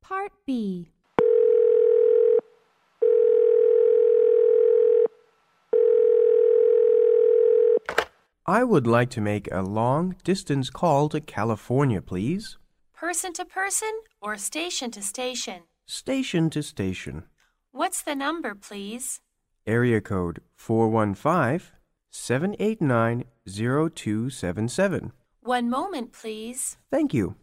Part B. I would like to make a long distance call to California, please. Person to person or station to station? Station to station. What's the number, please? Area code 415 789 0277. One moment, please. Thank you.